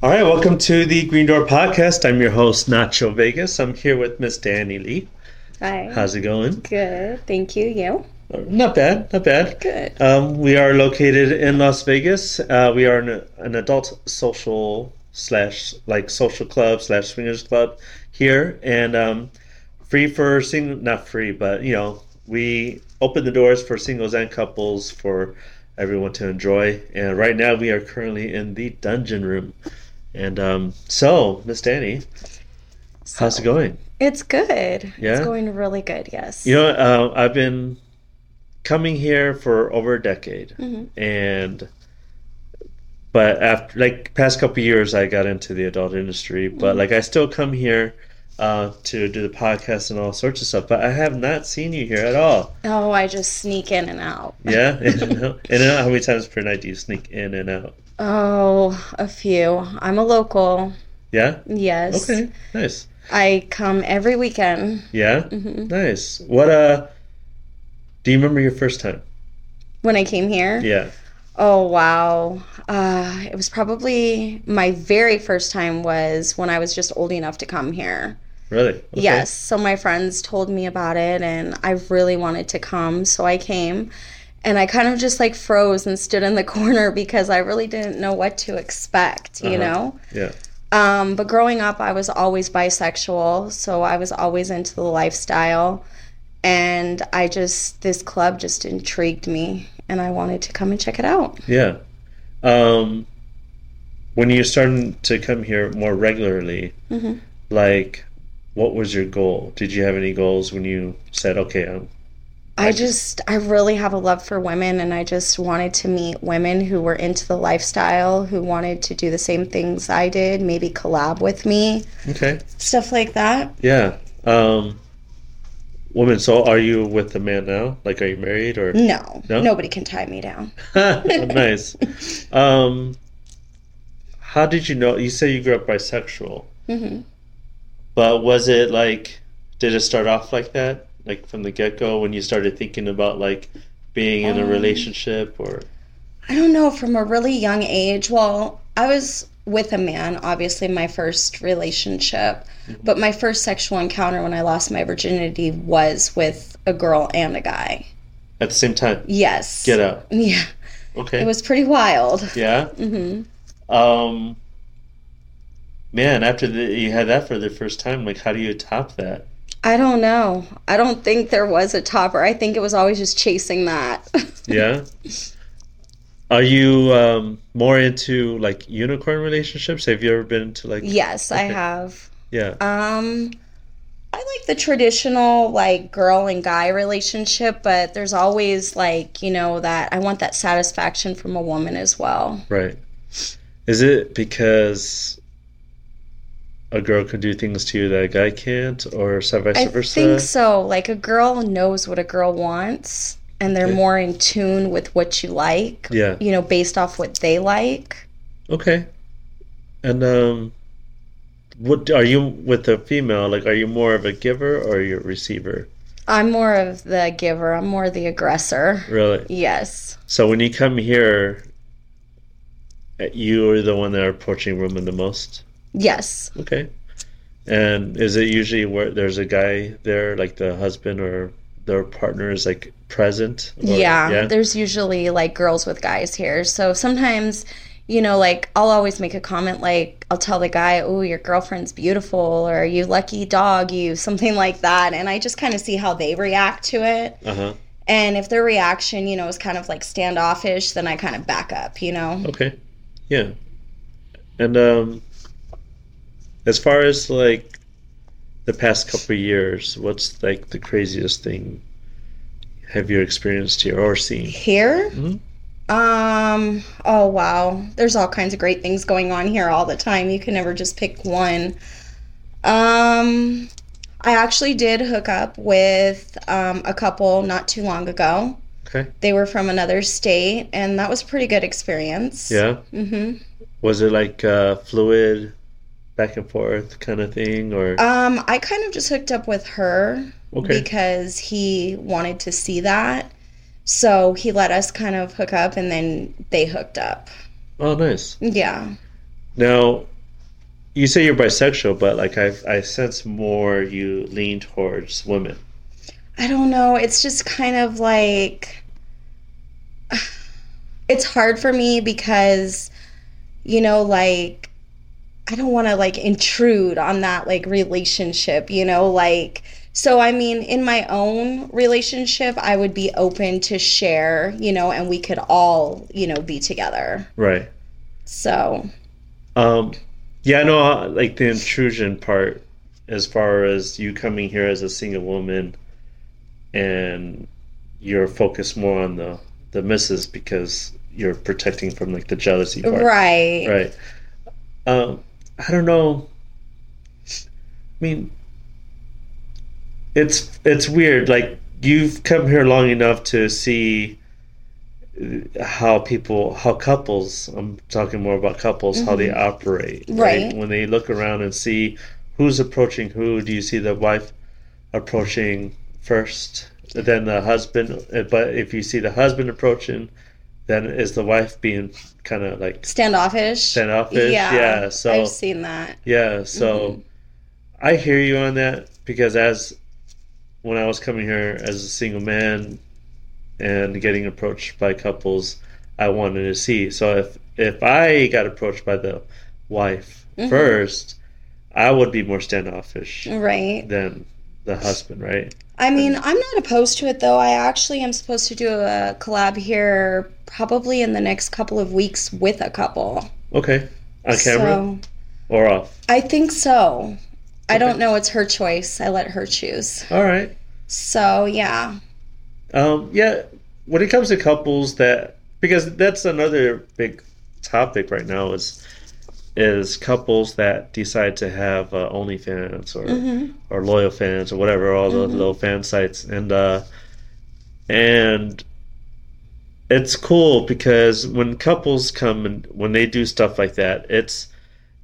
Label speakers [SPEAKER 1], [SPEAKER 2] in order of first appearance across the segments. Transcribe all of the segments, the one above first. [SPEAKER 1] All right, welcome to the Green Door Podcast. I'm your host, Nacho Vegas. I'm here with Miss Danny Lee.
[SPEAKER 2] Hi.
[SPEAKER 1] How's it going?
[SPEAKER 2] Good. Thank you. You?
[SPEAKER 1] Not bad, not bad.
[SPEAKER 2] Good.
[SPEAKER 1] Um, we are located in Las Vegas. Uh, we are an, an adult social slash like social club slash swingers club here, and um, free for sing not free, but you know we open the doors for singles and couples for everyone to enjoy. And right now we are currently in the dungeon room, and um, so Miss Danny, how's it going?
[SPEAKER 2] It's good.
[SPEAKER 1] Yeah?
[SPEAKER 2] It's going really good. Yes.
[SPEAKER 1] You know, uh, I've been coming here for over a decade,
[SPEAKER 2] Mm-hmm.
[SPEAKER 1] and but after like past couple years, I got into the adult industry. But
[SPEAKER 2] Mm-hmm.
[SPEAKER 1] like, I still come here uh, to do the podcast and all sorts of stuff. But I have not seen you here at all.
[SPEAKER 2] Oh, I just sneak in and out.
[SPEAKER 1] Yeah, in and out. In and out. How many times per night do you sneak in and out?
[SPEAKER 2] Oh, a few. I'm a local.
[SPEAKER 1] Yeah.
[SPEAKER 2] Yes.
[SPEAKER 1] Okay. Nice.
[SPEAKER 2] I come every weekend
[SPEAKER 1] Yeah. Nice. What uh? Do you remember your first
[SPEAKER 2] Mm-hmm.
[SPEAKER 1] time?
[SPEAKER 2] when I came here.
[SPEAKER 1] Yeah.
[SPEAKER 2] Oh, wow. Uh, it was probably my very first time was when I was just old enough to come here.
[SPEAKER 1] Really? Okay.
[SPEAKER 2] Yes. So my friends told me about it and I really wanted to come. So I came and I kind of just like froze and stood in the corner because I really didn't know what to expect, you know?
[SPEAKER 1] Yeah.
[SPEAKER 2] Um, but growing up, I was always bisexual. So I was always into the lifestyle. And I just, this club just intrigued me and I wanted to come and check it out.
[SPEAKER 1] Yeah. Um, when you're starting to come here more regularly, like, what was your goal? Did you have any goals when you said, okay, I'm,
[SPEAKER 2] I just, I really have a love for women, and I just wanted to meet women who were into the lifestyle, who wanted to do the same things I did, maybe collab with me,
[SPEAKER 1] okay,
[SPEAKER 2] stuff like that.
[SPEAKER 1] yeah. Um, woman, so are you with a man now? Like, are you married or?
[SPEAKER 2] No,
[SPEAKER 1] No?
[SPEAKER 2] nobody can tie me down.
[SPEAKER 1] nice. Um, how did you know? You say you grew up bisexual,
[SPEAKER 2] Mhm.
[SPEAKER 1] but was it like, did it start off like that, like from the get-go when you started thinking about like being in a
[SPEAKER 2] Um,
[SPEAKER 1] relationship or?
[SPEAKER 2] I don't know, from a really young age, well, I was with a man, obviously, my first relationship,
[SPEAKER 1] Mm-hmm.
[SPEAKER 2] but my first sexual encounter when I lost my virginity was with a girl and a guy.
[SPEAKER 1] At the same time,
[SPEAKER 2] Yes.
[SPEAKER 1] get out.
[SPEAKER 2] Yeah.
[SPEAKER 1] Okay.
[SPEAKER 2] It was pretty wild.
[SPEAKER 1] yeah.
[SPEAKER 2] hmm
[SPEAKER 1] Um. Man, after the, you had that for the first time, like, how do you top that?
[SPEAKER 2] I don't know. I don't think there was a topper. I think it was always just chasing that.
[SPEAKER 1] Yeah. Are you um, more into like unicorn relationships? Have you ever been into like
[SPEAKER 2] yes, I
[SPEAKER 1] Okay.
[SPEAKER 2] have.
[SPEAKER 1] yeah?
[SPEAKER 2] Um I like the traditional like girl and guy relationship, but there's always like, you know, that I want that satisfaction from a woman as well.
[SPEAKER 1] Right. Is it because a girl can do things to you that a guy can't, or so vice
[SPEAKER 2] I
[SPEAKER 1] versa?
[SPEAKER 2] think so. Like a girl knows what a girl wants and they're
[SPEAKER 1] Okay.
[SPEAKER 2] more in tune with what you like,
[SPEAKER 1] Yeah.
[SPEAKER 2] you know, based off what they like.
[SPEAKER 1] Okay. And um, what are you with a female? Like, are you more of a giver or you a receiver?
[SPEAKER 2] I'm more of the giver. I'm more the aggressor.
[SPEAKER 1] Really?
[SPEAKER 2] Yes.
[SPEAKER 1] So when you come here, uh, you are the one that are approaching women the most.
[SPEAKER 2] Yes.
[SPEAKER 1] Okay. And is it usually where there's a guy there, like the husband or their partner is like present? Or,
[SPEAKER 2] yeah. There's usually like girls with guys here. So sometimes, you know, like I'll always make a comment like I'll tell the guy, "Oh, your girlfriend's beautiful," or "You lucky dog, you," something like that, and I just kind of see how they react to it.
[SPEAKER 1] Uh huh.
[SPEAKER 2] And if their reaction, you know, is kind of like standoffish, then I kind of back up, you know.
[SPEAKER 1] Okay. Yeah. And um, as far as like the past couple of years, what's like the craziest thing have you experienced here or seen?
[SPEAKER 2] Here?
[SPEAKER 1] Mhm.
[SPEAKER 2] Um, oh wow. There's all kinds of great things going on here all the time. You can never just pick one. Um, I actually did hook up with um, a couple not too long ago.
[SPEAKER 1] Okay.
[SPEAKER 2] They were from another state, and that was a pretty good experience.
[SPEAKER 1] Yeah.
[SPEAKER 2] hmm
[SPEAKER 1] Was it like uh, fluid, back and forth kind of thing, or
[SPEAKER 2] Um, I kind of just hooked up with her.
[SPEAKER 1] okay?
[SPEAKER 2] because he wanted to see that. So he let us kind of hook up and then they hooked up.
[SPEAKER 1] Oh, nice.
[SPEAKER 2] Yeah.
[SPEAKER 1] Now, you say you're bisexual, but like I, I sense more you lean towards women.
[SPEAKER 2] I don't know. It's just kind of like it's hard for me because you know like I don't want to like intrude on that like relationship, you know, like so I mean in my own relationship I would be open to share, you know, and we could all, you know, be together.
[SPEAKER 1] Right.
[SPEAKER 2] So
[SPEAKER 1] Um, yeah, no, like the intrusion part, as far as you coming here as a single woman, and you're focused more on the the misses because you're protecting from like the jealousy part,
[SPEAKER 2] right.
[SPEAKER 1] Right. Um, I don't know. I mean, it's it's weird. Like you've come here long enough to see uh, how people, how couples. I'm talking more about couples, how they operate.
[SPEAKER 2] Right.
[SPEAKER 1] When they look around and see who's approaching who, do you see the wife approaching first, then the husband? Uh, But if you see the husband approaching, then is the wife being kind of like
[SPEAKER 2] Standoffish.
[SPEAKER 1] Standoffish, yeah, so-
[SPEAKER 2] I've mm-hmm. seen that.
[SPEAKER 1] yeah, so I hear you on that because as when I was coming here as a single man and getting approached by couples, I wanted to see. So if if I got approached by the wife
[SPEAKER 2] Mm-hmm.
[SPEAKER 1] first, I would be more standoffish
[SPEAKER 2] Right.
[SPEAKER 1] than the husband, right?
[SPEAKER 2] I mean, I'm not opposed to it though. I actually am supposed to do a collab here probably in the next couple of weeks with a couple.
[SPEAKER 1] Okay, on camera
[SPEAKER 2] So
[SPEAKER 1] or off.
[SPEAKER 2] I think so. I don't
[SPEAKER 1] Okay.
[SPEAKER 2] know. It's her choice. I let her choose.
[SPEAKER 1] All right.
[SPEAKER 2] So yeah.
[SPEAKER 1] Um, yeah, when it comes to couples that because that's another big topic right now is is couples that decide to have uh, OnlyFans or
[SPEAKER 2] Mm-hmm.
[SPEAKER 1] or loyal fans or whatever all the little fan sites and uh, and it's cool because when couples come and when they do stuff like that, it's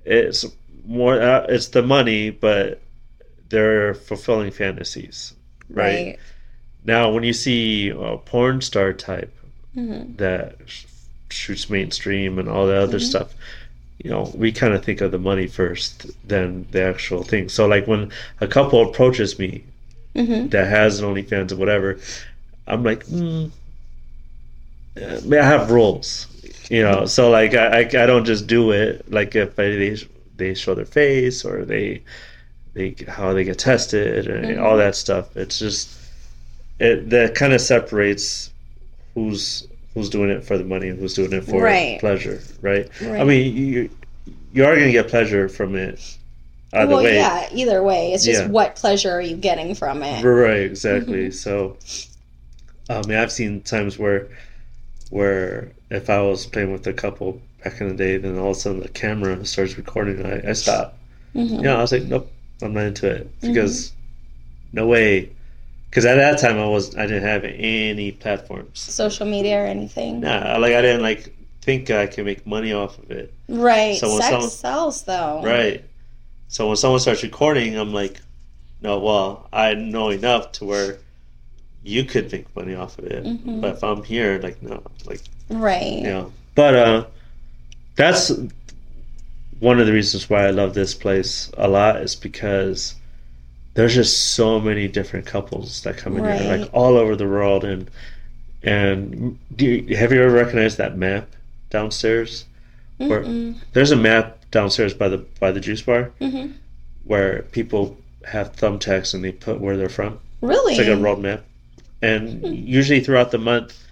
[SPEAKER 1] it's more uh, it's the money, but they're fulfilling fantasies, right?
[SPEAKER 2] Right.
[SPEAKER 1] Now, when you see a porn star type
[SPEAKER 2] Mhm.
[SPEAKER 1] that sh- shoots mainstream and all the other stuff, you know, we kind of think of the money first, then the actual thing. So, like when a couple approaches me
[SPEAKER 2] Mhm.
[SPEAKER 1] that has an OnlyFans or whatever, I'm like, mm, uh, may I have rules, you know. So, like, I, I I don't just do it. Like if I, they sh- they show their face or they they how they get tested and
[SPEAKER 2] Mm-hmm.
[SPEAKER 1] all that stuff. It's just it that kind of separates who's who's doing it for the money and who's doing it for
[SPEAKER 2] Right.
[SPEAKER 1] pleasure, right? I
[SPEAKER 2] Right.
[SPEAKER 1] mean, you you are gonna get pleasure from it either
[SPEAKER 2] well,
[SPEAKER 1] way,
[SPEAKER 2] yeah. Either way, it's just
[SPEAKER 1] Yeah.
[SPEAKER 2] what pleasure are you getting from it?
[SPEAKER 1] right? Exactly. So, I mean, I've seen times where where if I was playing with a couple back in the day, then all of a sudden the camera starts recording, and I, I stop.
[SPEAKER 2] Mhm.
[SPEAKER 1] Yeah, I was like, nope, I'm not into it because no way. Because at that time I was I didn't have any platforms.
[SPEAKER 2] Social media or anything.
[SPEAKER 1] Nah, like I didn't like think I could make money off of it.
[SPEAKER 2] Right.
[SPEAKER 1] So when
[SPEAKER 2] Sex
[SPEAKER 1] someone-
[SPEAKER 2] sells though.
[SPEAKER 1] Right. So when someone starts recording, I'm like, no, well, I know enough to where you could make money off of it.
[SPEAKER 2] Mhm.
[SPEAKER 1] But if I'm here, like no, like
[SPEAKER 2] Right.
[SPEAKER 1] you know. But uh, that's one of the reasons why I love this place a lot is because there's just so many different couples that come in here,
[SPEAKER 2] Right.
[SPEAKER 1] like all over the world. And and do you, have you ever recognized that map downstairs?
[SPEAKER 2] Mm-hmm.
[SPEAKER 1] Where
[SPEAKER 2] Mm-mm.
[SPEAKER 1] there's a map downstairs by the by the juice bar
[SPEAKER 2] Mhm.
[SPEAKER 1] where people have thumbtacks and they put where they're from.
[SPEAKER 2] Really?
[SPEAKER 1] It's like a road map. And usually throughout the month,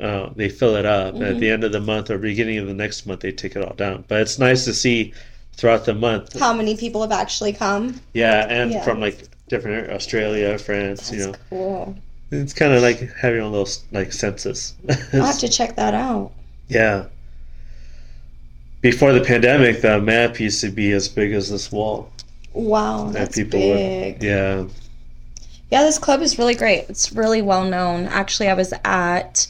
[SPEAKER 1] uh, they fill it up.
[SPEAKER 2] Mm-hmm.
[SPEAKER 1] And at the end of the month or beginning of the next month, they take it all down. But it's nice to see throughout the month.
[SPEAKER 2] How many people have actually come?
[SPEAKER 1] Yeah, and
[SPEAKER 2] Yeah.
[SPEAKER 1] from like different areas, Australia, France, you know.
[SPEAKER 2] That's cool.
[SPEAKER 1] It's kind of like having a little like census.
[SPEAKER 2] I'll have to check that out.
[SPEAKER 1] yeah. Before the pandemic, the map used to be as big as this wall.
[SPEAKER 2] Wow,
[SPEAKER 1] that
[SPEAKER 2] that's
[SPEAKER 1] people would-
[SPEAKER 2] big.
[SPEAKER 1] Yeah.
[SPEAKER 2] Yeah, this club is really great. It's really well known. Actually, I was at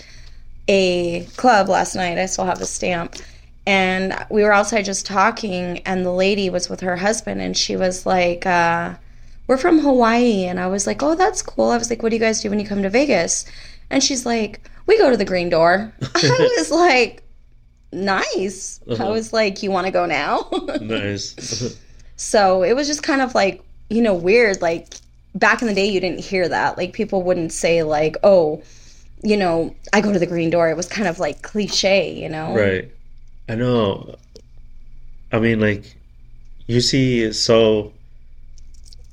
[SPEAKER 2] a club last night. I still have the stamp. And we were outside just talking, and the lady was with her husband, and she was like, uh, We're from Hawaii. And I was like, Oh, that's cool. I was like, What do you guys do when you come to Vegas? And she's like, We go to the green door. I was like, nice. I
[SPEAKER 1] Uh-huh.
[SPEAKER 2] was like, you want to go now?
[SPEAKER 1] nice.
[SPEAKER 2] so it was just kind of like, you know, weird. Like back in the day, you didn't hear that. Like people wouldn't say, like, oh, you know, I go to the green door. It was kind of like cliche, you know?
[SPEAKER 1] Right. I know. I mean, like, you see, so,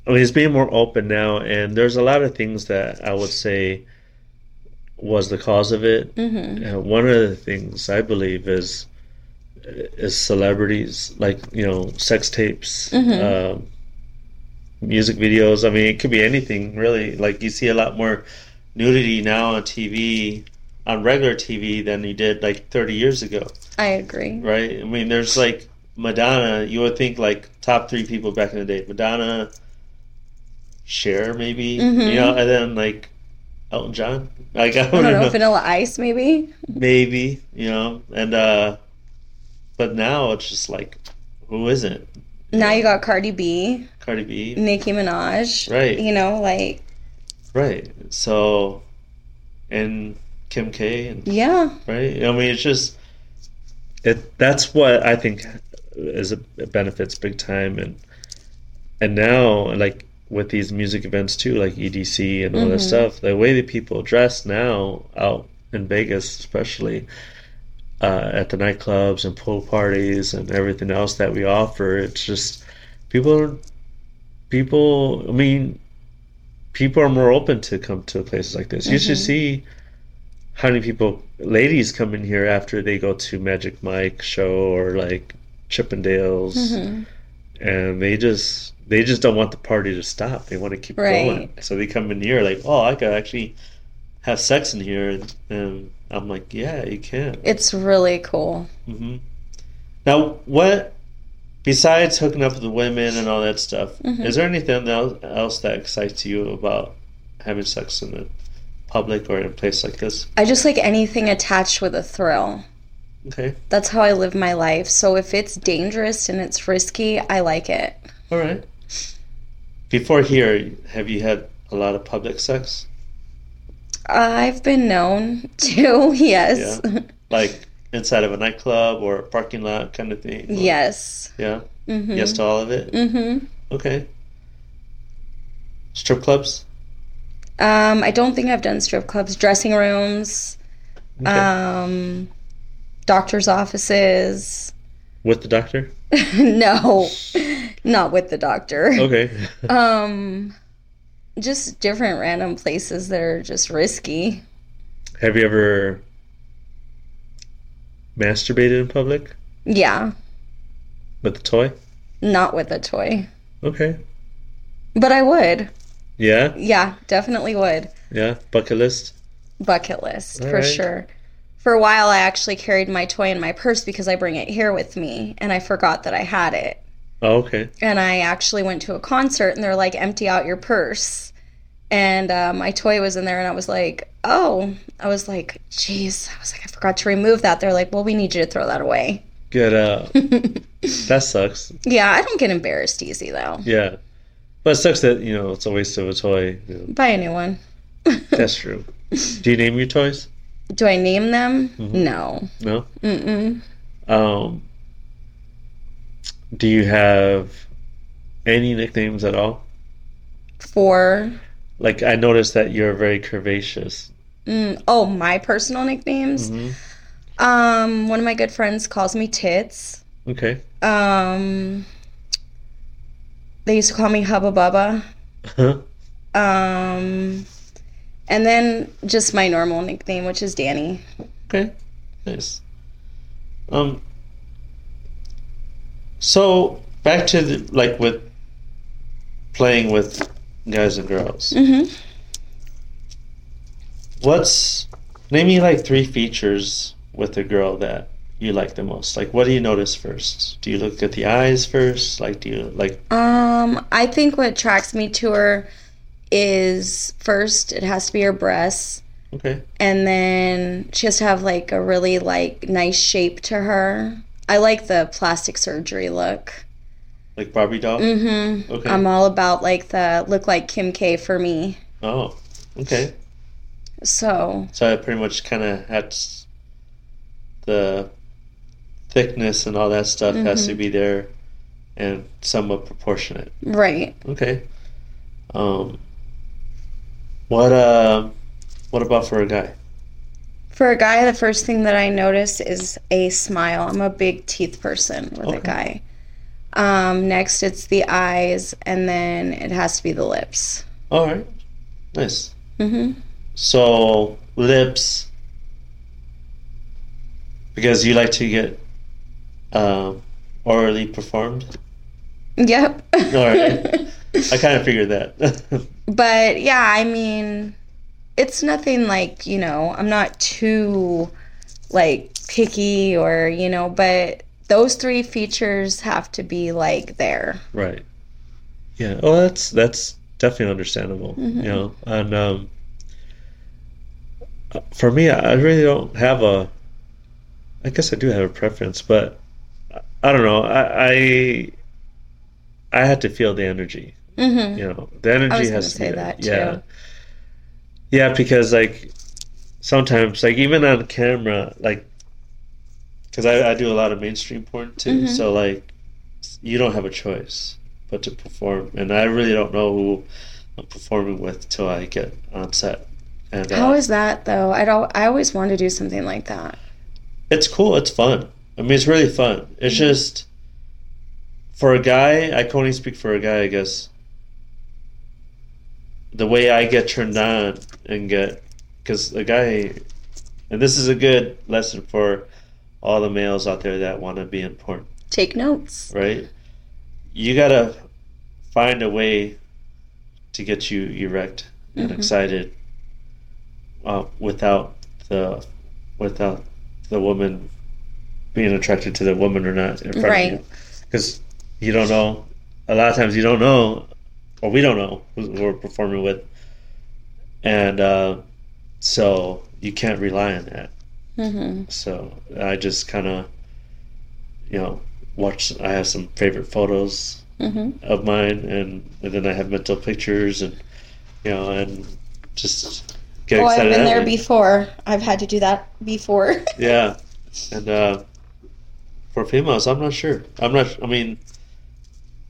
[SPEAKER 1] I mean, it's being more open now, and there's a lot of things that I would say was the cause of it.
[SPEAKER 2] Mm-hmm.
[SPEAKER 1] And one of the things I believe is is celebrities, like, you know, sex tapes,
[SPEAKER 2] Mhm.
[SPEAKER 1] um, music videos. I mean, it could be anything, really. Like, you see a lot more nudity now on TV, on regular TV, than you did like 30 years ago
[SPEAKER 2] I agree.
[SPEAKER 1] right? I mean, there's like Madonna. You would think like top three people back in the day: Madonna, Cher, maybe,
[SPEAKER 2] Mhm.
[SPEAKER 1] you know, and then like Elton John. Like Mm-hmm. I don't,
[SPEAKER 2] I don't know,
[SPEAKER 1] know,
[SPEAKER 2] vanilla ice maybe?
[SPEAKER 1] maybe, you know, and uh, but now it's just like, who isn't
[SPEAKER 2] Now you got Cardi B,
[SPEAKER 1] Cardi B?
[SPEAKER 2] Nicki Minaj.
[SPEAKER 1] Right.
[SPEAKER 2] You know, like,
[SPEAKER 1] Right. So, and Kim K, and
[SPEAKER 2] yeah.
[SPEAKER 1] right. I mean, it's just it. That's what I think is a, it benefits big time and. and now like with these music events too like edc and all that
[SPEAKER 2] Mhm.
[SPEAKER 1] stuff the way that people dress now out in vegas especially uh, at the nightclubs and pool parties and everything else that we offer it's just people people i mean people are more open to come to places like this you should
[SPEAKER 2] Mhm.
[SPEAKER 1] see how many people ladies come in here after they go to magic mike show or like chippendales
[SPEAKER 2] hmm
[SPEAKER 1] and they just they just don't want the party to stop. They want to keep
[SPEAKER 2] Right.
[SPEAKER 1] going. So they come in here like, oh, I could actually have sex in here, and, and I'm like, yeah, you can.
[SPEAKER 2] It's really cool.
[SPEAKER 1] hmm Now, what besides hooking up with the women and all that stuff,
[SPEAKER 2] Mhm.
[SPEAKER 1] is there anything el- else that excites you about having sex in the public or in a place like this?
[SPEAKER 2] I just like anything attached with a thrill.
[SPEAKER 1] Okay,
[SPEAKER 2] That's how I live my life. So if it's dangerous and it's risky, I like it.
[SPEAKER 1] all right. Before here, have you had a lot of public sex?
[SPEAKER 2] I've been known to, yes.
[SPEAKER 1] like inside of a nightclub or a parking lot kind of thing? or-
[SPEAKER 2] yes.
[SPEAKER 1] Yeah.
[SPEAKER 2] Mm-hmm.
[SPEAKER 1] Yes to all of it.
[SPEAKER 2] Mm-hmm.
[SPEAKER 1] Okay. Strip clubs.
[SPEAKER 2] Um, I don't think I've done strip clubs, dressing rooms,
[SPEAKER 1] Okay.
[SPEAKER 2] um, doctor's offices.
[SPEAKER 1] With the doctor.
[SPEAKER 2] no, not with the doctor.
[SPEAKER 1] Okay.
[SPEAKER 2] Um, just different random places that are just risky.
[SPEAKER 1] Have you ever masturbated in public
[SPEAKER 2] Yeah,
[SPEAKER 1] with a toy?
[SPEAKER 2] not with a toy.
[SPEAKER 1] Okay.
[SPEAKER 2] But I would.
[SPEAKER 1] Yeah.
[SPEAKER 2] Yeah, definitely would.
[SPEAKER 1] Yeah. Bucket list.
[SPEAKER 2] Bucket list
[SPEAKER 1] All
[SPEAKER 2] for
[SPEAKER 1] right.
[SPEAKER 2] sure. For a while, I actually carried my toy in my purse because I bring it here with me and I forgot that I had it.
[SPEAKER 1] Oh, okay.
[SPEAKER 2] And I actually went to a concert and they're like, empty out your purse. And uh, my toy was in there and I was like, oh, I was like, jeez. I was like, I forgot to remove that. They're like, well, we need you to throw that away.
[SPEAKER 1] Good. Uh, that sucks.
[SPEAKER 2] Yeah, I don't get embarrassed easy though.
[SPEAKER 1] Yeah. But it sucks that you know it's a waste of a toy. you know.
[SPEAKER 2] Buy a new one.
[SPEAKER 1] That's true. Do you name your toys?
[SPEAKER 2] Do I name them?
[SPEAKER 1] Mm-hmm.
[SPEAKER 2] No.
[SPEAKER 1] No.
[SPEAKER 2] Mm-mm.
[SPEAKER 1] Um, do you have any nicknames at all?
[SPEAKER 2] For
[SPEAKER 1] Like, I noticed that you're very curvaceous.
[SPEAKER 2] Mm, oh, my personal nicknames.
[SPEAKER 1] Mhm.
[SPEAKER 2] Um, one of my good friends calls me Tits.
[SPEAKER 1] Okay.
[SPEAKER 2] Um, they used to call me Hubba Bubba.
[SPEAKER 1] Huh?
[SPEAKER 2] Um, and then just my normal nickname, which is Danny.
[SPEAKER 1] Okay. Nice. Um, so back to the, like with playing with guys and girls.
[SPEAKER 2] Mm-hmm.
[SPEAKER 1] What's name me like three features with a girl that you like the most? Like, what do you notice first? Do you look at the eyes first? Like, do you like?
[SPEAKER 2] Um, I think what attracts me to her is first, it has to be her breasts,
[SPEAKER 1] Okay.
[SPEAKER 2] and then she has to have like a really like nice shape to her. I like the plastic surgery look.
[SPEAKER 1] Like Barbie doll?
[SPEAKER 2] hmm
[SPEAKER 1] Okay.
[SPEAKER 2] I'm all about like the look like Kim K for me.
[SPEAKER 1] Oh, okay.
[SPEAKER 2] So
[SPEAKER 1] So I pretty much kind of had s- the thickness and all that stuff has to be there and somewhat proportionate.
[SPEAKER 2] Right.
[SPEAKER 1] Okay. Um, what uh, what about for a guy?
[SPEAKER 2] For a guy, the first thing that I notice is a smile. I'm a big teeth person with a
[SPEAKER 1] Okay.
[SPEAKER 2] guy. Um, next, it's the eyes, and then it has to be the lips.
[SPEAKER 1] All right, nice.
[SPEAKER 2] hmm
[SPEAKER 1] So lips, because you like to get um, orally performed.
[SPEAKER 2] Yep.
[SPEAKER 1] All right. I kind of figured that.
[SPEAKER 2] but yeah, I mean, it's nothing like, you know, I'm not too like picky or, you know, but those three features have to be like there.
[SPEAKER 1] Right. Yeah. Oh, that's that's definitely understandable.
[SPEAKER 2] Mm-hmm.
[SPEAKER 1] You know, and um, for me, I really don't have a. I guess I do have a preference, but I- I don't know. I I, I had to feel the energy.
[SPEAKER 2] hmm
[SPEAKER 1] You know, the energy
[SPEAKER 2] was
[SPEAKER 1] has to be
[SPEAKER 2] gonna
[SPEAKER 1] there.
[SPEAKER 2] say that, too.
[SPEAKER 1] Yeah. Yeah, because like sometimes, like even on camera, like because I, I do a lot of mainstream porn too,
[SPEAKER 2] Mhm.
[SPEAKER 1] so like you don't have a choice but to perform, and I really don't know who I'm performing with till I get on set. And
[SPEAKER 2] How
[SPEAKER 1] uh,
[SPEAKER 2] is that though? I don't, I always wanted to do something like that.
[SPEAKER 1] it's cool, it's fun. I mean, it's really fun. It's just for a guy, I can only speak for a guy, I guess. The way I get turned on and get, because a guy, and this is a good lesson for all the males out there that want to be in porn.
[SPEAKER 2] Take notes.
[SPEAKER 1] right? You gotta find a way to get you erect and
[SPEAKER 2] Mhm.
[SPEAKER 1] excited uh, without the without the woman being attracted to the woman or not in front
[SPEAKER 2] Right.
[SPEAKER 1] of you, because you don't know. A lot of times you don't know, or we don't know who we're performing with, and uh, so you can't rely on that.
[SPEAKER 2] hmm
[SPEAKER 1] So I just kind of, you know, watch. I have some favorite photos
[SPEAKER 2] hmm
[SPEAKER 1] of mine, and, and then I have mental pictures, and you know, and just get
[SPEAKER 2] Oh, I've
[SPEAKER 1] excited.
[SPEAKER 2] been
[SPEAKER 1] that
[SPEAKER 2] there
[SPEAKER 1] way.
[SPEAKER 2] before. I've had to do that before.
[SPEAKER 1] Yeah, and uh, for females, I'm not sure. I'm not. I mean,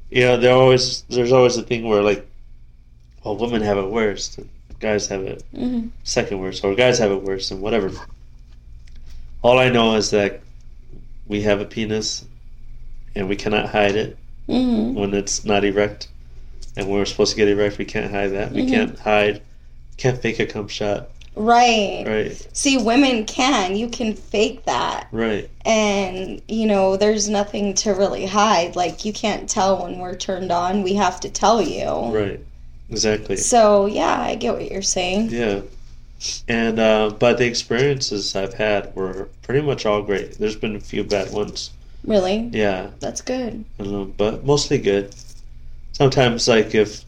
[SPEAKER 1] you know, there always there's always a thing where like, well, women have it worse, and guys have it
[SPEAKER 2] hmm
[SPEAKER 1] second worst, or guys have it worse, and whatever. All I know is that we have a penis, and we cannot hide it
[SPEAKER 2] hmm
[SPEAKER 1] when it's not erect, and when we're supposed to get erect, we can't hide that. We
[SPEAKER 2] Mhm.
[SPEAKER 1] can't hide, can't fake a cum shot.
[SPEAKER 2] Right.
[SPEAKER 1] Right,
[SPEAKER 2] See, women can. You can fake that.
[SPEAKER 1] right,
[SPEAKER 2] And, you know, there's nothing to really hide. Like, you can't tell when we're turned on. We have to tell you.
[SPEAKER 1] right, exactly.
[SPEAKER 2] So, yeah, I get what you're saying.
[SPEAKER 1] Yeah, and uh, but the experiences I've had were pretty much all great. There's been a few bad ones.
[SPEAKER 2] Really?
[SPEAKER 1] Yeah,
[SPEAKER 2] That's good.
[SPEAKER 1] Um, but mostly good. Sometimes, like if,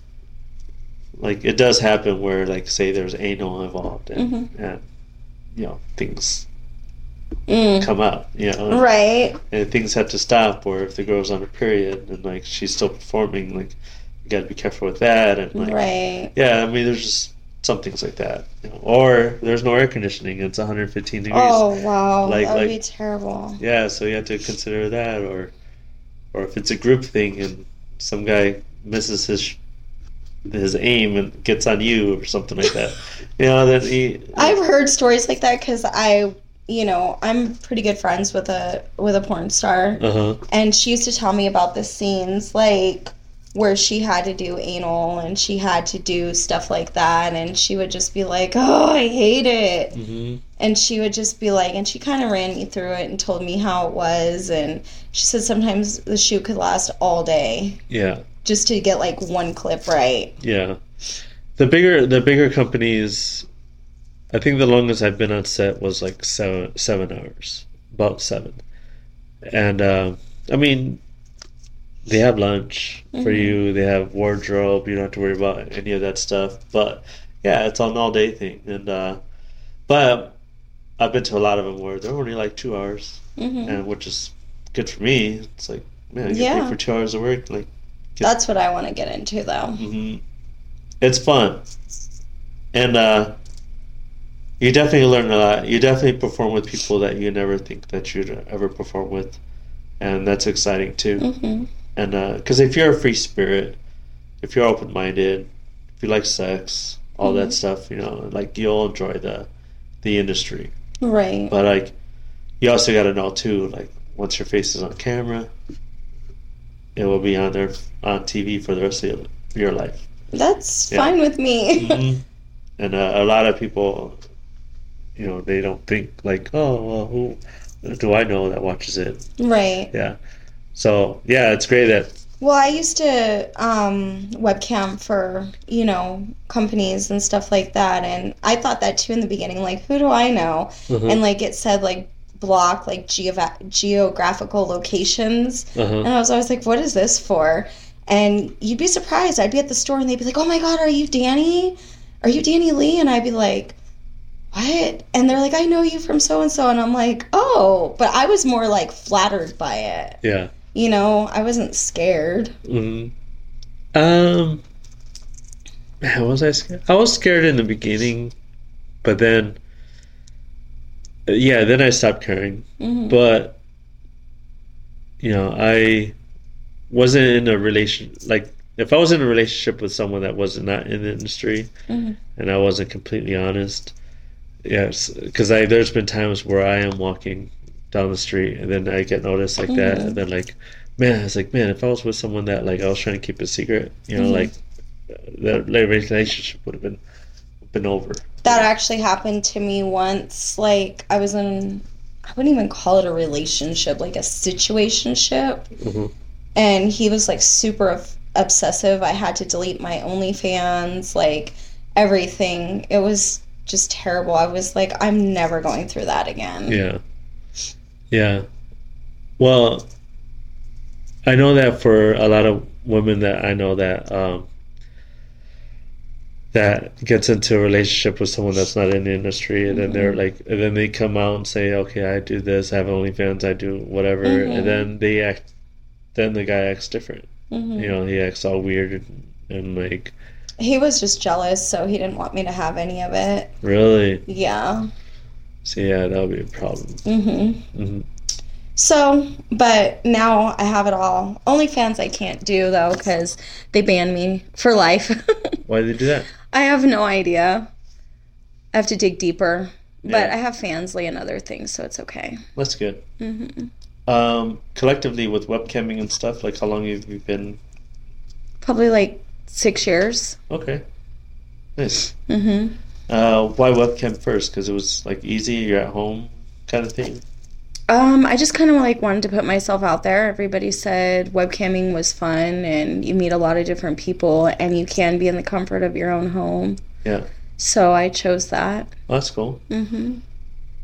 [SPEAKER 1] like it does happen where, like, say there's anal involved, and,
[SPEAKER 2] Mhm.
[SPEAKER 1] and you know things
[SPEAKER 2] Mm.
[SPEAKER 1] come up, you know, and-
[SPEAKER 2] Right.
[SPEAKER 1] and things have to stop. Or if the girl's on a period and like she's still performing, like you got to be careful with that. And like,
[SPEAKER 2] Right.
[SPEAKER 1] yeah, I mean, there's just some things like that. You know? Or there's no air conditioning; it's 115 degrees.
[SPEAKER 2] Oh, wow.
[SPEAKER 1] Like-
[SPEAKER 2] that would
[SPEAKER 1] like-
[SPEAKER 2] be terrible.
[SPEAKER 1] Yeah, so you have to consider that, or or if it's a group thing and some guy misses his sh- his aim and gets on you or something like that, you know, then he
[SPEAKER 2] I've heard stories like that because I, you know, I'm pretty good friends with a with a porn star,
[SPEAKER 1] uh huh
[SPEAKER 2] and she used to tell me about the scenes like where she had to do anal and she had to do stuff like that, and she would just be like, "Oh, I hate it,"
[SPEAKER 1] hmm
[SPEAKER 2] and she would just be like, and she kind of ran me through it and told me how it was, and she said sometimes the shoot could last all day
[SPEAKER 1] yeah
[SPEAKER 2] just to get like one clip right.
[SPEAKER 1] yeah the bigger the bigger companies, I think the longest I've been on set was like seven seven hours about seven, and uh, I mean they have lunch for
[SPEAKER 2] Mhm.
[SPEAKER 1] you. They have wardrobe. You don't have to worry about any of that stuff. But yeah, it's an all day thing. And uh, but I've been to a lot of them where they're only like two hours,
[SPEAKER 2] hmm
[SPEAKER 1] and which is good for me. It's like man, I get
[SPEAKER 2] Yeah.
[SPEAKER 1] paid for two hours of work. Like
[SPEAKER 2] That's what I want to get into though.
[SPEAKER 1] hmm it's fun, and uh, you definitely learn a lot. You definitely perform with people that you never think that you'd ever perform with. and that's exciting too.
[SPEAKER 2] hmm
[SPEAKER 1] And because if you're a free spirit, if you're open minded, if you like sex, all that stuff, you know, like you'll enjoy the the industry.
[SPEAKER 2] Right.
[SPEAKER 1] But like, you also got to know too, like once your face is on camera, it will be on there on TV for the rest of your, your life.
[SPEAKER 2] That's
[SPEAKER 1] Yeah. Mm-hmm.
[SPEAKER 2] fine with me.
[SPEAKER 1] And uh, a lot of people, you know, they don't think like, oh, well, who do I know that watches it?
[SPEAKER 2] right.
[SPEAKER 1] Yeah. So yeah, it's great that
[SPEAKER 2] Well, I used to um, webcam for, you know, companies and stuff like that. And I thought that too in the beginning. Like, who do I know?
[SPEAKER 1] Mm-hmm.
[SPEAKER 2] And like it said, like, block, like, geova- geographical locations.
[SPEAKER 1] uh-huh.
[SPEAKER 2] And I was always like, what is this for? And you'd be surprised. I'd be at the store and they'd be like, oh my God, are you Danny? Are you Danny Lee? And I'd be like, what? And they're like, I know you from so and so. And I'm like, oh. But I was more like flattered by it.
[SPEAKER 1] yeah.
[SPEAKER 2] You know, I wasn't scared.
[SPEAKER 1] Mm. Um, man, was I scared? I was scared in the beginning, but then, uh, yeah, then I stopped caring.
[SPEAKER 2] hmm
[SPEAKER 1] But you know, I wasn't in a relation like if I was in a relationship with someone that was not in the industry
[SPEAKER 2] Mhm.
[SPEAKER 1] and I wasn't completely honest, yes, because I there's been times where I am walking down the street and then I get noticed like that,
[SPEAKER 2] Mhm.
[SPEAKER 1] and then like, man, it's like, man, if I was with someone that like I was trying to keep a secret, you know,
[SPEAKER 2] Mhm.
[SPEAKER 1] like the the relationship would have been been over.
[SPEAKER 2] That actually happened to me once. Like, I was in, I wouldn't even call it a relationship, like a situationship.
[SPEAKER 1] Mhm.
[SPEAKER 2] and he was like super ob- obsessive. I had to delete my OnlyFans, like everything. It was just terrible. I was like, I'm never going through that again.
[SPEAKER 1] Yeah. Yeah. Well, I know that for a lot of women that I know that um that gets into a relationship with someone that's not in the industry and then they're like and then they come out and say, Okay, I do this, I have OnlyFans, I do whatever
[SPEAKER 2] Mhm.
[SPEAKER 1] and then they act then the guy acts different.
[SPEAKER 2] Mhm.
[SPEAKER 1] You know, he acts all weird and, and like
[SPEAKER 2] He was just jealous, so he didn't want me to have any of it.
[SPEAKER 1] really
[SPEAKER 2] Yeah.
[SPEAKER 1] see yeah, that would be a problem.
[SPEAKER 2] hmm
[SPEAKER 1] Mhm.
[SPEAKER 2] So, but now I have it all. OnlyFans I can't do though because they banned me for life.
[SPEAKER 1] Why do they do that?
[SPEAKER 2] I have no idea. I have to dig deeper. But
[SPEAKER 1] Yeah.
[SPEAKER 2] I have Fansly and other things, so it's okay.
[SPEAKER 1] That's good.
[SPEAKER 2] hmm
[SPEAKER 1] Um, collectively with webcamming and stuff, like how long have you been?
[SPEAKER 2] Probably like six years.
[SPEAKER 1] Okay, nice.
[SPEAKER 2] hmm
[SPEAKER 1] Uh, why webcam first? Because it was like easy. You're at home, kind of thing.
[SPEAKER 2] Um, I just kind of like wanted to put myself out there. Everybody said webcamming was fun and you meet a lot of different people and you can be in the comfort of your own home.
[SPEAKER 1] Yeah,
[SPEAKER 2] So I chose that.
[SPEAKER 1] well, that's cool.
[SPEAKER 2] hmm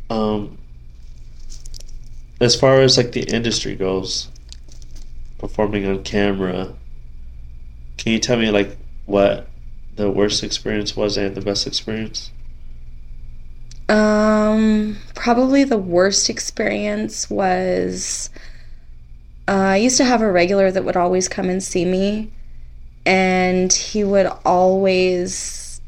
[SPEAKER 1] Um, as far as like the industry goes, performing on camera, can you tell me like what the worst experience was and the best experience?
[SPEAKER 2] Um, probably the worst experience was uh, I used to have a regular that would always come and see me, and he would always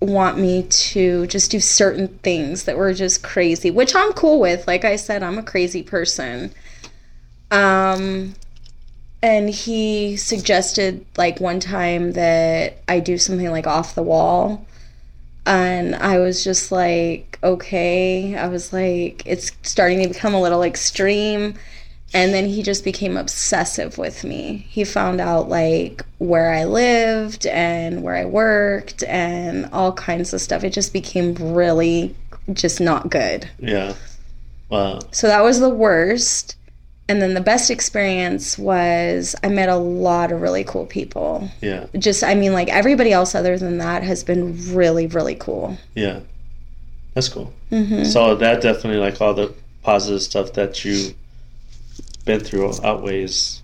[SPEAKER 2] want me to just do certain things that were just crazy, which I'm cool with. Like I said, I'm a crazy person. Um, and he suggested like one time that I do something like off the wall. And I was just like, okay. I was like, it's starting to become a little extreme. And then he just became obsessive with me. He found out like where I lived and where I worked and all kinds of stuff. It just became really just not good.
[SPEAKER 1] Yeah. Wow.
[SPEAKER 2] So that was the worst. And then the best experience was I met a lot of really cool people.
[SPEAKER 1] Yeah.
[SPEAKER 2] Just, I mean, like everybody else other than that has been really, really cool.
[SPEAKER 1] Yeah. That's cool.
[SPEAKER 2] hmm
[SPEAKER 1] So that definitely, like all the positive stuff that you've been through, outweighs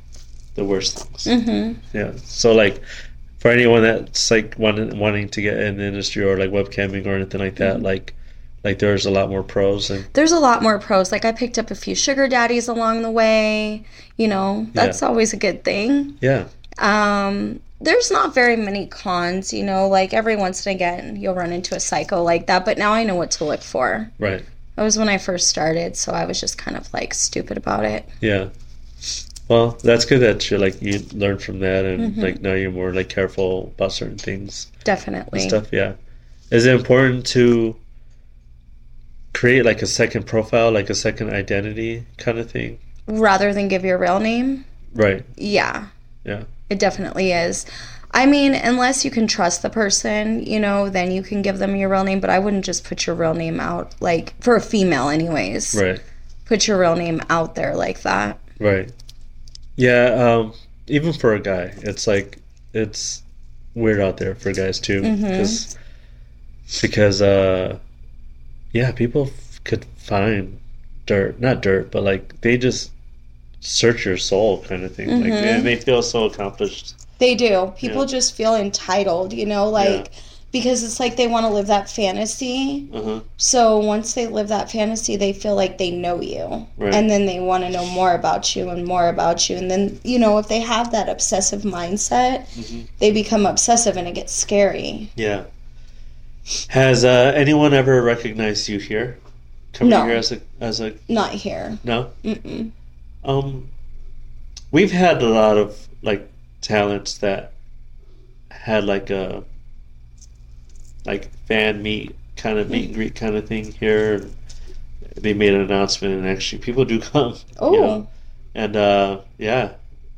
[SPEAKER 1] the worst things.
[SPEAKER 2] hmm
[SPEAKER 1] Yeah. So like, for anyone that's like wanting wanting to get in the industry or like webcamming or anything like that, like, like there's a lot more pros and
[SPEAKER 2] There's a lot more pros. Like I picked up a few sugar daddies along the way. You know, that's always a good thing.
[SPEAKER 1] yeah,
[SPEAKER 2] Um, there's not very many cons. You know, like every once and again you'll run into a psycho like that. But now I know what to look for.
[SPEAKER 1] right,
[SPEAKER 2] That was when I first started, so I was just kind of like stupid about it.
[SPEAKER 1] yeah. Well, that's good that you're like you learn from that and like now you're more like careful about certain things
[SPEAKER 2] Definitely.
[SPEAKER 1] and stuff. Yeah, is it important to create like a second profile, like a second identity kind of thing?
[SPEAKER 2] Rather than give your real name.
[SPEAKER 1] Right.
[SPEAKER 2] Yeah.
[SPEAKER 1] Yeah.
[SPEAKER 2] It definitely is. I mean, unless you can trust the person, you know, then you can give them your real name, but I wouldn't just put your real name out like for a female anyways.
[SPEAKER 1] Right.
[SPEAKER 2] Put your real name out there like that.
[SPEAKER 1] Right. Yeah. Um, even for a guy, it's like it's weird out there for guys too, because because uh, yeah, people f- could find dirt, not dirt, but like they just search your soul kind of thing. Like man, they feel so accomplished.
[SPEAKER 2] They do. People
[SPEAKER 1] Yeah.
[SPEAKER 2] just feel entitled, you know, like because it's like they want to live that fantasy.
[SPEAKER 1] Uh-huh.
[SPEAKER 2] So once they live that fantasy, they feel like they know you.
[SPEAKER 1] Right.
[SPEAKER 2] And then they want to know more about you and more about you. And then, you know, if they have that obsessive mindset,
[SPEAKER 1] Mhm.
[SPEAKER 2] they become obsessive and it gets scary.
[SPEAKER 1] Yeah. Has uh, anyone ever recognized you here? Coming
[SPEAKER 2] No.
[SPEAKER 1] here as a as a
[SPEAKER 2] Not here.
[SPEAKER 1] no.
[SPEAKER 2] Mm-mm.
[SPEAKER 1] Um, we've had a lot of like talents that had like a like fan meet kind of
[SPEAKER 2] Mm.
[SPEAKER 1] meet and greet kind of thing here. They made an announcement, and actually, people do come.
[SPEAKER 2] Oh,
[SPEAKER 1] You know? And uh, yeah,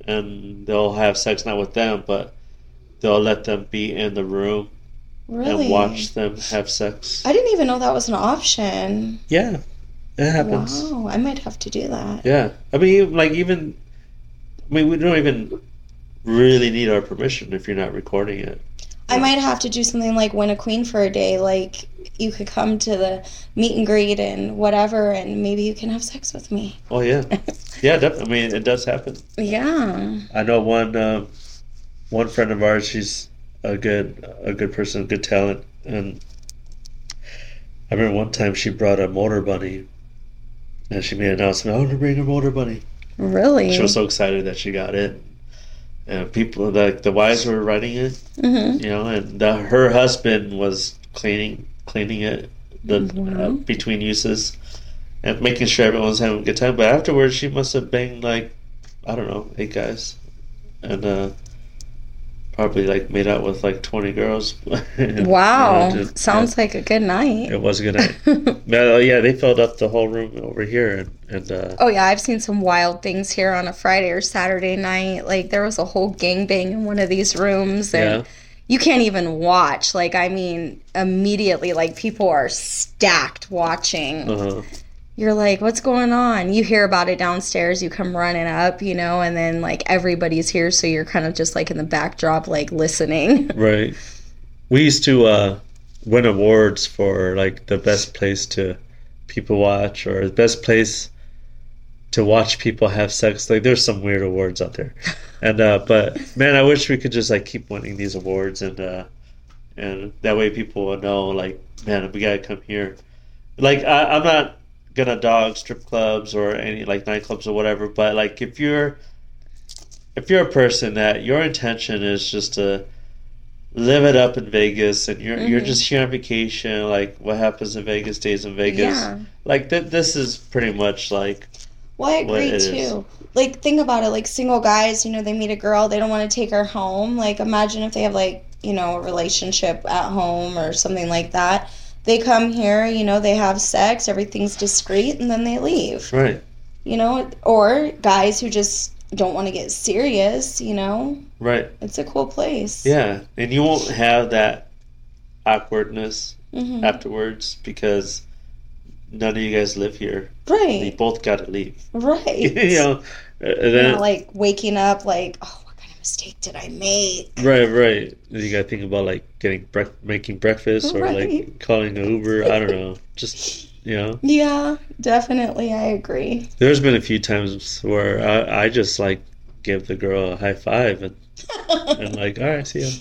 [SPEAKER 1] and they'll have sex not with them, but they'll let them be in the room
[SPEAKER 2] really?
[SPEAKER 1] and watch them have sex.
[SPEAKER 2] I didn't even know that was an option.
[SPEAKER 1] Yeah, it happens.
[SPEAKER 2] Wow, I might have to do that.
[SPEAKER 1] Yeah, I mean, like even, I mean, we don't even really need our permission if you're not recording it.
[SPEAKER 2] I might have to do something like win a queen for a day. Like you could come to the meet and greet and whatever, and maybe you can have sex with me.
[SPEAKER 1] Oh yeah, yeah, definitely. I mean, it does happen.
[SPEAKER 2] Yeah.
[SPEAKER 1] I know one um, one friend of ours. She's a good a good person, good talent, and I remember one time she brought a motor bunny, and she made an announcement. I want to bring a motor bunny.
[SPEAKER 2] Really?
[SPEAKER 1] She was so excited that she got it. And people like the wives were writing it,
[SPEAKER 2] hmm
[SPEAKER 1] you know, and the, her husband was cleaning cleaning it the uh,
[SPEAKER 2] Wow.
[SPEAKER 1] between uses and making sure everyone's having a good time. But afterwards, she must have banged like I don't know eight guys, and uh, probably like made out with like twenty girls. And,
[SPEAKER 2] Wow.
[SPEAKER 1] you know, just-
[SPEAKER 2] Sounds like a good
[SPEAKER 1] yeah,
[SPEAKER 2] night.
[SPEAKER 1] It was a good night. No, yeah, they filled up the whole room over here, and, and uh,
[SPEAKER 2] oh, yeah. I've seen some wild things here on a Friday or Saturday night. Like there was a whole gangbang in one of these rooms. And
[SPEAKER 1] yeah,
[SPEAKER 2] you can't even watch. Like, I mean, immediately, like, people are stacked watching.
[SPEAKER 1] uh-huh.
[SPEAKER 2] You're like, what's going on? You hear about it downstairs, you come running up, you know, and then, like, everybody's here. So you're kind of just, like, in the backdrop, like, listening.
[SPEAKER 1] Right. We used to uh, win awards for like the best place to people watch or the best place to watch people have sex. Like there's some weird awards out there. And uh, but man, I wish we could just like keep winning these awards and uh, and that way people will know like man, we gotta come here. Like I, I'm not gonna dog strip clubs or any like nightclubs or whatever, but like if you're if you're a person that your intention is just to live it up in Vegas and you're you're
[SPEAKER 2] Mhm.
[SPEAKER 1] just here on vacation, like what happens in Vegas stays in Vegas.
[SPEAKER 2] Yeah.
[SPEAKER 1] Like th- this is pretty much like
[SPEAKER 2] Well, I
[SPEAKER 1] Well,
[SPEAKER 2] agree
[SPEAKER 1] it
[SPEAKER 2] too.
[SPEAKER 1] is.
[SPEAKER 2] Like, think about it. Like, single guys, you know, they meet a girl, they don't want to take her home. Like, imagine if they have, like, you know, a relationship at home or something like that. They come here, you know, they have sex, everything's discreet, and then they leave.
[SPEAKER 1] right,
[SPEAKER 2] you know, or guys who just don't want to get serious, you know.
[SPEAKER 1] right,
[SPEAKER 2] It's a cool place.
[SPEAKER 1] yeah, and you won't have that awkwardness
[SPEAKER 2] hmm
[SPEAKER 1] afterwards because none of you guys live here. You
[SPEAKER 2] Right.
[SPEAKER 1] both got to leave.
[SPEAKER 2] Right.
[SPEAKER 1] you know, uh, and
[SPEAKER 2] You're
[SPEAKER 1] then
[SPEAKER 2] not, like waking up like, oh, what kind of mistake did I make?
[SPEAKER 1] right, right. You got to think about like getting brec making breakfast, or like
[SPEAKER 2] Right.
[SPEAKER 1] calling an Uber. I don't know. Just you know,
[SPEAKER 2] Yeah, definitely. I agree.
[SPEAKER 1] there's been a few times where I, I just like give the girl a high five and, and like, all right, see you,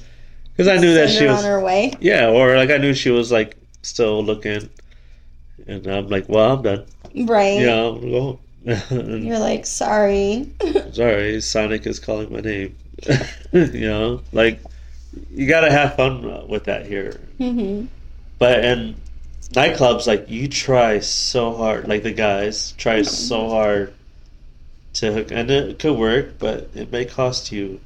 [SPEAKER 1] because I knew that
[SPEAKER 2] Send
[SPEAKER 1] she
[SPEAKER 2] her
[SPEAKER 1] was.
[SPEAKER 2] on her way.
[SPEAKER 1] Yeah, or like I knew she was like still looking, and I'm like, well, I'm done.
[SPEAKER 2] Right.
[SPEAKER 1] Yeah, I'm gonna go home. And
[SPEAKER 2] You're like, sorry.
[SPEAKER 1] sorry, Sonic is calling my name. you know, like you gotta have fun with that here.
[SPEAKER 2] hmm
[SPEAKER 1] But in nightclubs, like you try so hard, like the guys try so hard to hook, and it could work, but it may cost you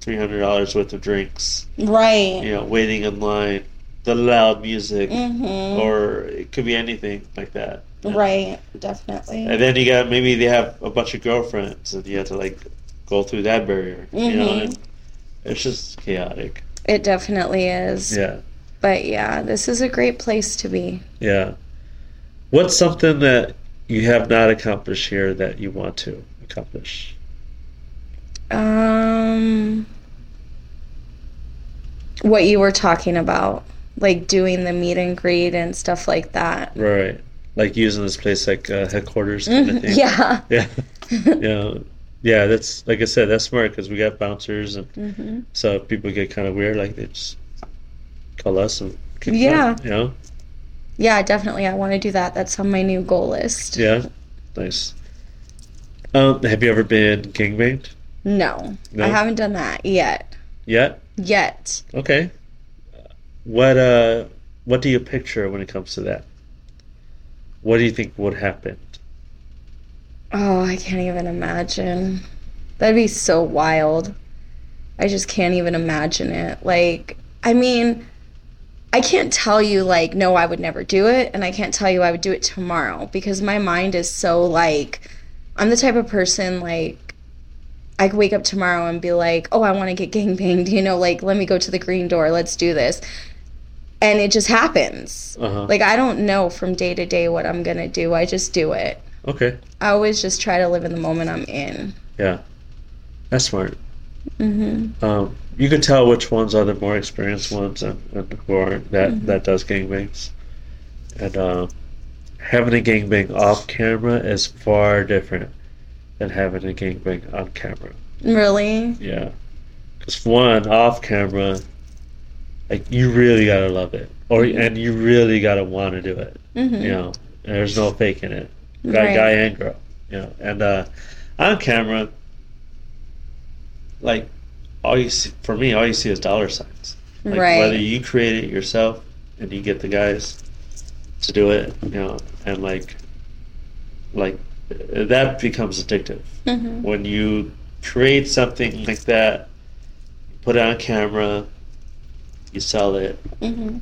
[SPEAKER 1] three hundred dollars worth of drinks.
[SPEAKER 2] Right.
[SPEAKER 1] You know, waiting in line, the loud music,
[SPEAKER 2] Mm-hmm.
[SPEAKER 1] or it could be anything like that. And-
[SPEAKER 2] Right. Definitely.
[SPEAKER 1] And then you got maybe they have a bunch of girlfriends, and you have to like go through that barrier. You know,
[SPEAKER 2] Mhm.
[SPEAKER 1] and it's just chaotic.
[SPEAKER 2] It definitely is.
[SPEAKER 1] Yeah,
[SPEAKER 2] But yeah, this is a great place to be.
[SPEAKER 1] yeah. What's something that you have not accomplished here that you want to accomplish?
[SPEAKER 2] Um, what you were talking about, like doing the meet and greet and stuff like that.
[SPEAKER 1] Right, like using this place like uh, headquarters kind of
[SPEAKER 2] Mhm.
[SPEAKER 1] thing.
[SPEAKER 2] Yeah.
[SPEAKER 1] yeah, yeah, yeah. That's like I said, that's smart because we got bouncers, and
[SPEAKER 2] hmm
[SPEAKER 1] so if people get kind of weird, like they just call us and kick them
[SPEAKER 2] Yeah.
[SPEAKER 1] out, you know,
[SPEAKER 2] Yeah, definitely. I want to do that. That's on my new goal list.
[SPEAKER 1] yeah, nice. Um, have you ever been gangbanged
[SPEAKER 2] No,
[SPEAKER 1] No?
[SPEAKER 2] I haven't done that yet.
[SPEAKER 1] yet?
[SPEAKER 2] Yet.
[SPEAKER 1] Okay. What uh, what do you picture when it comes to that? What do you think would happen?
[SPEAKER 2] Oh, I can't even imagine. That'd be so wild. I just can't even imagine it. Like, I mean, I can't tell you, like, no, I would never do it. And I can't tell you I would do it tomorrow because my mind is so, like, I'm the type of person, like, I could wake up tomorrow and be like, oh, I want to get gangbanged, you know, like, let me go to the green door, let's do this. And it just happens.
[SPEAKER 1] Uh-huh.
[SPEAKER 2] Like, I don't know from day to day what I'm gonna do. I just do it.
[SPEAKER 1] Okay.
[SPEAKER 2] I always just try to live in the moment I'm in.
[SPEAKER 1] Yeah. That's smart.
[SPEAKER 2] Mm-hmm.
[SPEAKER 1] Um, you can tell which ones are the more experienced ones and, and who aren't that that does gangbangs. And um, having a gangbang off camera is far different than having a gangbang on camera.
[SPEAKER 2] Really?
[SPEAKER 1] Yeah. Because one, off camera, like you really gotta love it, or and you really gotta want to do it.
[SPEAKER 2] Mm-hmm.
[SPEAKER 1] You know, and there's no faking it. Guy,
[SPEAKER 2] Right.
[SPEAKER 1] guy and girl. You know, and uh, on camera, like all you see for me, all you see is dollar signs. Like
[SPEAKER 2] right.
[SPEAKER 1] whether you create it yourself and you get the guys to do it, you know, and like, like that becomes addictive
[SPEAKER 2] hmm
[SPEAKER 1] when you create something like that, you put it on camera, you sell it,
[SPEAKER 2] hmm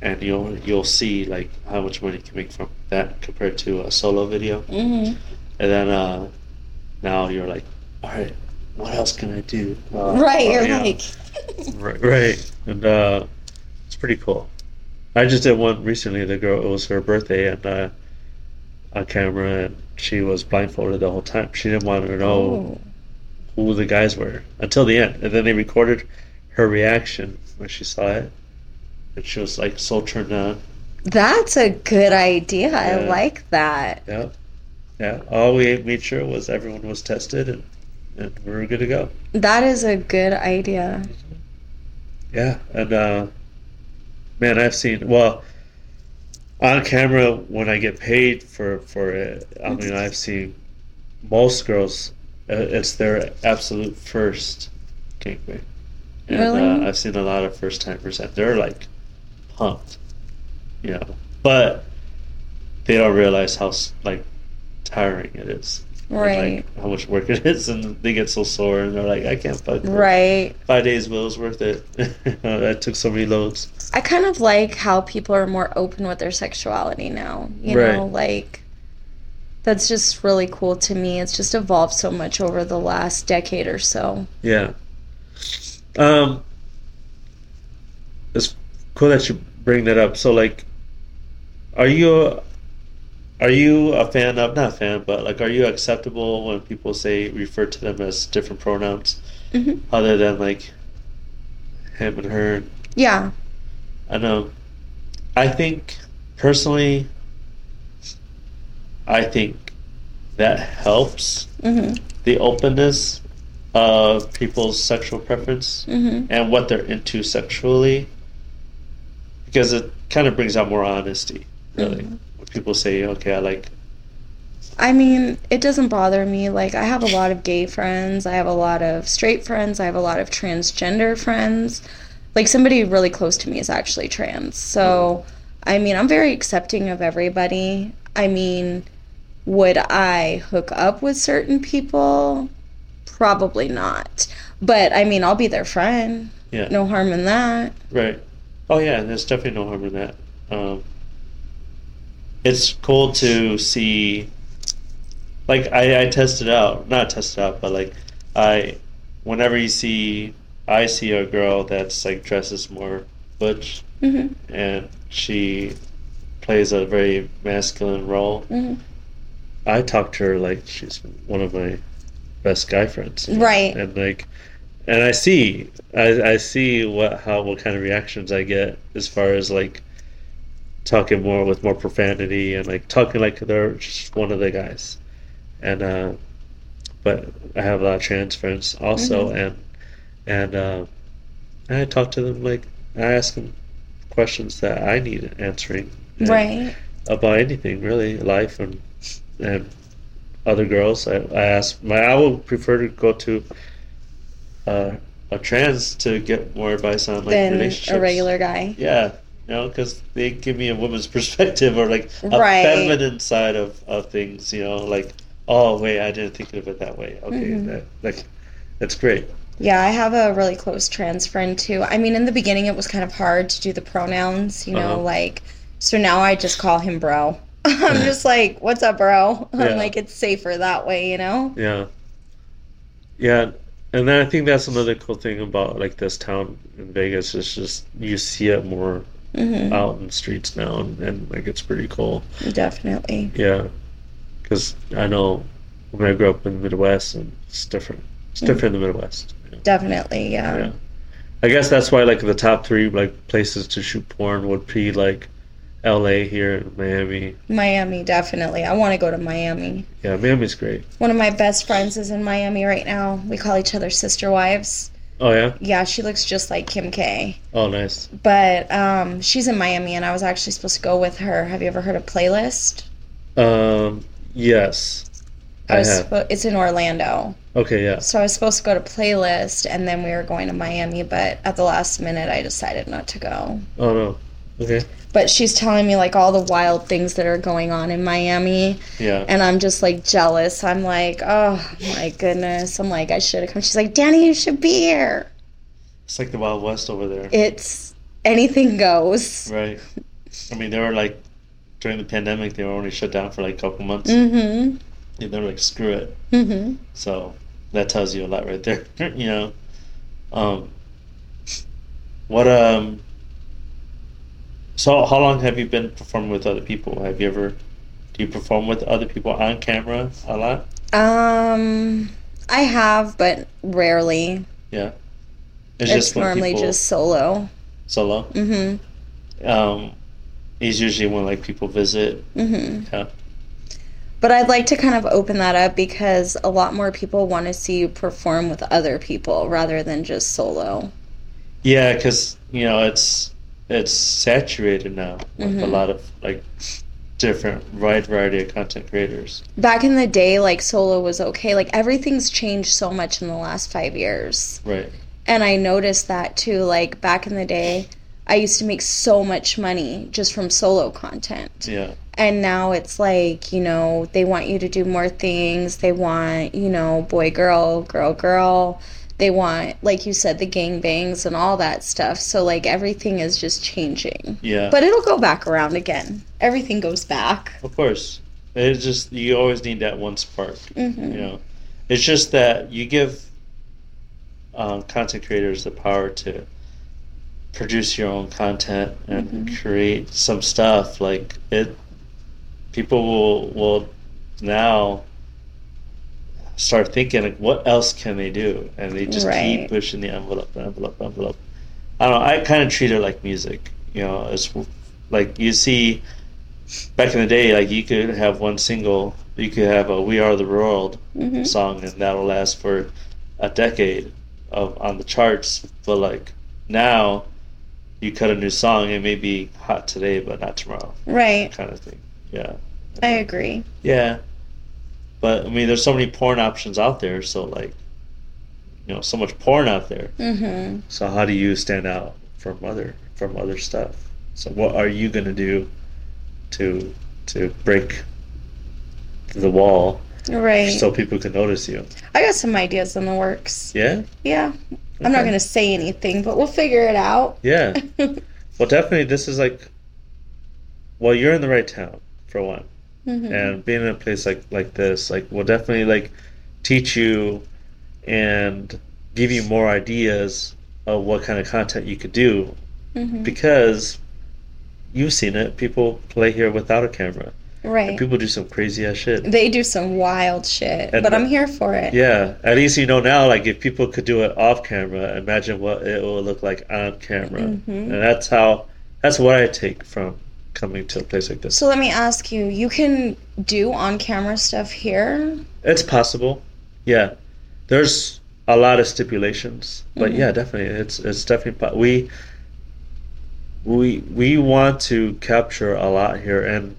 [SPEAKER 1] and you'll you'll see like how much money you can make from that compared to a solo video.
[SPEAKER 2] hmm
[SPEAKER 1] And then uh, now you're like, all right, what else can I do? Uh,
[SPEAKER 2] Right.
[SPEAKER 1] uh,
[SPEAKER 2] You're
[SPEAKER 1] yeah.
[SPEAKER 2] like,
[SPEAKER 1] right, right, and uh, it's pretty cool. I just did one recently. The girl, it was her birthday, and uh, on camera, and she was blindfolded the whole time. She didn't want to know
[SPEAKER 2] oh,
[SPEAKER 1] who the guys were until the end. And then they recorded her reaction when she saw it. And she was like so turned on.
[SPEAKER 2] that's a good idea. I
[SPEAKER 1] Yeah.
[SPEAKER 2] like that.
[SPEAKER 1] Yeah. Yeah. All we made sure was everyone was tested and, and we were good to go.
[SPEAKER 2] That is a good idea.
[SPEAKER 1] Yeah. And uh man, I've seen well on camera when I get paid for for it, I mean I've seen most girls uh, it's their absolute first gangbang. And
[SPEAKER 2] Really?
[SPEAKER 1] uh, I've seen a lot of first timers and they're like pumped. You know. But they don't realize how s- like tiring it is. and,
[SPEAKER 2] Right.
[SPEAKER 1] Like how much work it is and they get so sore and they're like, I can't fuck this."
[SPEAKER 2] Right.
[SPEAKER 1] five days well, it was worth it. that took so many loads.
[SPEAKER 2] I kind of like how people are more open with their sexuality now. You
[SPEAKER 1] Right.
[SPEAKER 2] know, like that's just really cool to me. It's just evolved so much over the last decade or so.
[SPEAKER 1] Yeah. Um, it's cool that you bring that up. So, like, are you are you a fan of not a fan, but like, are you acceptable when people say refer to them as different pronouns
[SPEAKER 2] Mhm.
[SPEAKER 1] other than like him and her?
[SPEAKER 2] Yeah.
[SPEAKER 1] I know. I think personally, I think that helps.
[SPEAKER 2] hmm
[SPEAKER 1] the openness of people's sexual preference
[SPEAKER 2] hmm
[SPEAKER 1] and what they're into sexually because it kind of brings out more honesty really
[SPEAKER 2] Mm-hmm.
[SPEAKER 1] when people say okay i like
[SPEAKER 2] I mean, it doesn't bother me. Like, I have a lot of gay friends, I have a lot of straight friends, I have a lot of transgender friends. Like, somebody really close to me is actually trans. So, I mean, I'm very accepting of everybody. I mean, Would I hook up with certain people? Probably not. But I mean, I'll be their friend.
[SPEAKER 1] Yeah.
[SPEAKER 2] No harm in that.
[SPEAKER 1] Right. Oh yeah, there's definitely no harm in that. Um, it's cool to see. Like I, I test it out, not test it out, but like I, whenever you see, I see a girl that's like dresses more butch,
[SPEAKER 2] Mhm.
[SPEAKER 1] and she plays a very masculine role.
[SPEAKER 2] Mhm.
[SPEAKER 1] I talk to her like she's one of my best guy friends
[SPEAKER 2] Right.
[SPEAKER 1] and like and i see i i see what how what kind of reactions i get as far as like talking more with more profanity and like talking like they're just one of the guys and uh but i have a lot of trans friends also and and uh i talk to them like i ask them questions that i need answering and
[SPEAKER 2] Right.
[SPEAKER 1] about anything really life and and other girls I, I ask my I would prefer to go to uh, a trans to get more advice on like
[SPEAKER 2] Than
[SPEAKER 1] relationships
[SPEAKER 2] a regular guy.
[SPEAKER 1] yeah you know because they give me a woman's perspective or like a
[SPEAKER 2] Right.
[SPEAKER 1] feminine side of, of things you know like oh wait I didn't think of it that way okay
[SPEAKER 2] Mhm.
[SPEAKER 1] that like that's great
[SPEAKER 2] Yeah, I have a really close trans friend too. I mean, in the beginning, it was kind of hard to do the pronouns, you know,
[SPEAKER 1] Uh-huh.
[SPEAKER 2] like, so now I just call him bro. I'm just like, what's up, bro? I'm
[SPEAKER 1] Yeah.
[SPEAKER 2] like, it's safer that way, you know?
[SPEAKER 1] Yeah. Yeah. And then I think that's another cool thing about like this town in Vegas is just you see it more
[SPEAKER 2] Mhm.
[SPEAKER 1] out in the streets now and, and like it's pretty cool.
[SPEAKER 2] Definitely.
[SPEAKER 1] Yeah. Cuz I know when I grew up in the Midwest and it's different. It's different in the Midwest. Yeah.
[SPEAKER 2] Definitely, yeah.
[SPEAKER 1] Yeah. I guess that's why like the top 3 like places to shoot porn would be like LA here and Miami.
[SPEAKER 2] Miami, definitely. I want to go to Miami.
[SPEAKER 1] Yeah, Miami's great.
[SPEAKER 2] One of my best friends is in Miami right now. We call each other sister wives.
[SPEAKER 1] Oh yeah.
[SPEAKER 2] Yeah, she looks just like Kim K.
[SPEAKER 1] Oh nice.
[SPEAKER 2] But um, she's in Miami, and I was actually supposed to go with her. Have you ever heard of Playlist?
[SPEAKER 1] Um yes. I
[SPEAKER 2] was
[SPEAKER 1] have.
[SPEAKER 2] suppo- it's in Orlando.
[SPEAKER 1] Okay, yeah.
[SPEAKER 2] So I was supposed to go to Playlist and then we were going to Miami, but at the last minute I decided not to go.
[SPEAKER 1] Oh no. Okay.
[SPEAKER 2] But she's telling me like all the wild things that are going on in Miami
[SPEAKER 1] Yeah.
[SPEAKER 2] and I'm just like jealous. I'm like, oh my goodness. I'm like, I should have come. She's like, Danny, you should be here.
[SPEAKER 1] It's like the Wild West over there.
[SPEAKER 2] It's anything goes.
[SPEAKER 1] Right. I mean, they were like, during the pandemic, they were only shut down for like a couple months.
[SPEAKER 2] Mm
[SPEAKER 1] And they were like, screw it.
[SPEAKER 2] hmm. Mm hmm.
[SPEAKER 1] So that tells you a lot right there, you know? Um, what, um, so how long have you been performing with other people? Have you ever, do you perform with other people on camera a lot?
[SPEAKER 2] Um, I have, but rarely.
[SPEAKER 1] Yeah.
[SPEAKER 2] It's,
[SPEAKER 1] when
[SPEAKER 2] normally
[SPEAKER 1] people
[SPEAKER 2] just solo.
[SPEAKER 1] solo.
[SPEAKER 2] Mm
[SPEAKER 1] Um, it's usually when like people visit.
[SPEAKER 2] hmm. Mm hmm.
[SPEAKER 1] Yeah.
[SPEAKER 2] But I'd like to kind of open that up because a lot more people want to see you perform with other people rather than just solo.
[SPEAKER 1] Yeah, because you know it's it's saturated now with a
[SPEAKER 2] Mhm.
[SPEAKER 1] lot of like different wide variety of content creators.
[SPEAKER 2] Back in the day, like solo was okay. Like everything's changed so much in the last five years.
[SPEAKER 1] Right.
[SPEAKER 2] And I noticed that too. Like back in the day, I used to make so much money just from solo content.
[SPEAKER 1] Yeah.
[SPEAKER 2] And now it's like, you know, they want you to do more things. They want, you know, boy, girl, girl, girl. They want, like you said, the gangbangs and all that stuff. So, like, everything is just changing.
[SPEAKER 1] Yeah.
[SPEAKER 2] But it'll go back around again. Everything goes back.
[SPEAKER 1] Of course. It's just you always need that one spark,
[SPEAKER 2] hmm
[SPEAKER 1] you know. It's just that you give um, content creators the power to produce your own content and create some stuff. Like it, people will will now start thinking like, what else can they do? And they just
[SPEAKER 2] Right.
[SPEAKER 1] keep pushing the envelope, envelope, envelope. I don't know. I kind of treat it like music. You know, it's like you see back in the day, like you could have one single, you could have a "We Are the World"
[SPEAKER 2] Mhm.
[SPEAKER 1] song, and that'll last for a decade of on the charts. But like now, you cut a new song, it may be hot today, but not tomorrow,
[SPEAKER 2] Right.
[SPEAKER 1] kind of thing. Yeah,
[SPEAKER 2] I agree.
[SPEAKER 1] yeah. But I mean, there's so many porn options out there, so like, you know, so much porn out there.
[SPEAKER 2] hmm
[SPEAKER 1] So how do you stand out from other from other stuff? So what are you gonna do to to break the wall
[SPEAKER 2] Right.
[SPEAKER 1] so people can notice you.
[SPEAKER 2] I got some ideas in the works.
[SPEAKER 1] Yeah,
[SPEAKER 2] Yeah. I'm not
[SPEAKER 1] Okay.
[SPEAKER 2] going to say anything, but we'll figure it out. Mm-hmm.
[SPEAKER 1] yeah. well, definitely, this is like, well, you're in the right town for one,
[SPEAKER 2] Mhm.
[SPEAKER 1] and being in a place like like this, like, will definitely like teach you and give you more ideas of what kind of content you could do
[SPEAKER 2] Mhm.
[SPEAKER 1] because you've seen it. People play here without a camera, and
[SPEAKER 2] Right.
[SPEAKER 1] people do some crazy ass shit.
[SPEAKER 2] They do some wild shit,
[SPEAKER 1] And
[SPEAKER 2] but
[SPEAKER 1] the-
[SPEAKER 2] I'm here for it.
[SPEAKER 1] Yeah, at least you know now, like, if people could do it off camera, imagine what it will look like on camera.
[SPEAKER 2] Mm-hmm.
[SPEAKER 1] And that's how, that's what I take from coming to a place like this.
[SPEAKER 2] So let me ask you, you can do on camera stuff here?
[SPEAKER 1] It's possible. Yeah. There's a lot of stipulations, but
[SPEAKER 2] Mhm.
[SPEAKER 1] yeah, definitely. It's it's definitely po- we we we want to capture a lot here and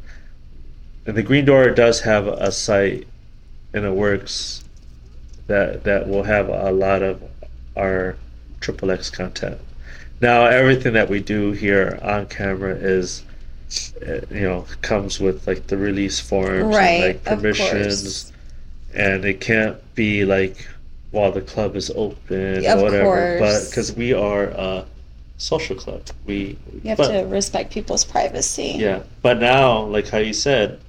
[SPEAKER 1] and the Green Door does have a site in the works that that will have a lot of our triple X content. Now, everything that we do here on camera is uh, you know, comes with like the release forms and
[SPEAKER 2] Right.
[SPEAKER 1] like
[SPEAKER 2] Of
[SPEAKER 1] permissions
[SPEAKER 2] course.
[SPEAKER 1] and it can't be like while the club is open
[SPEAKER 2] Of
[SPEAKER 1] or whatever but
[SPEAKER 2] course.
[SPEAKER 1] because we are a social club we
[SPEAKER 2] You have
[SPEAKER 1] but,
[SPEAKER 2] to respect people's privacy.
[SPEAKER 1] yeah but now like how you said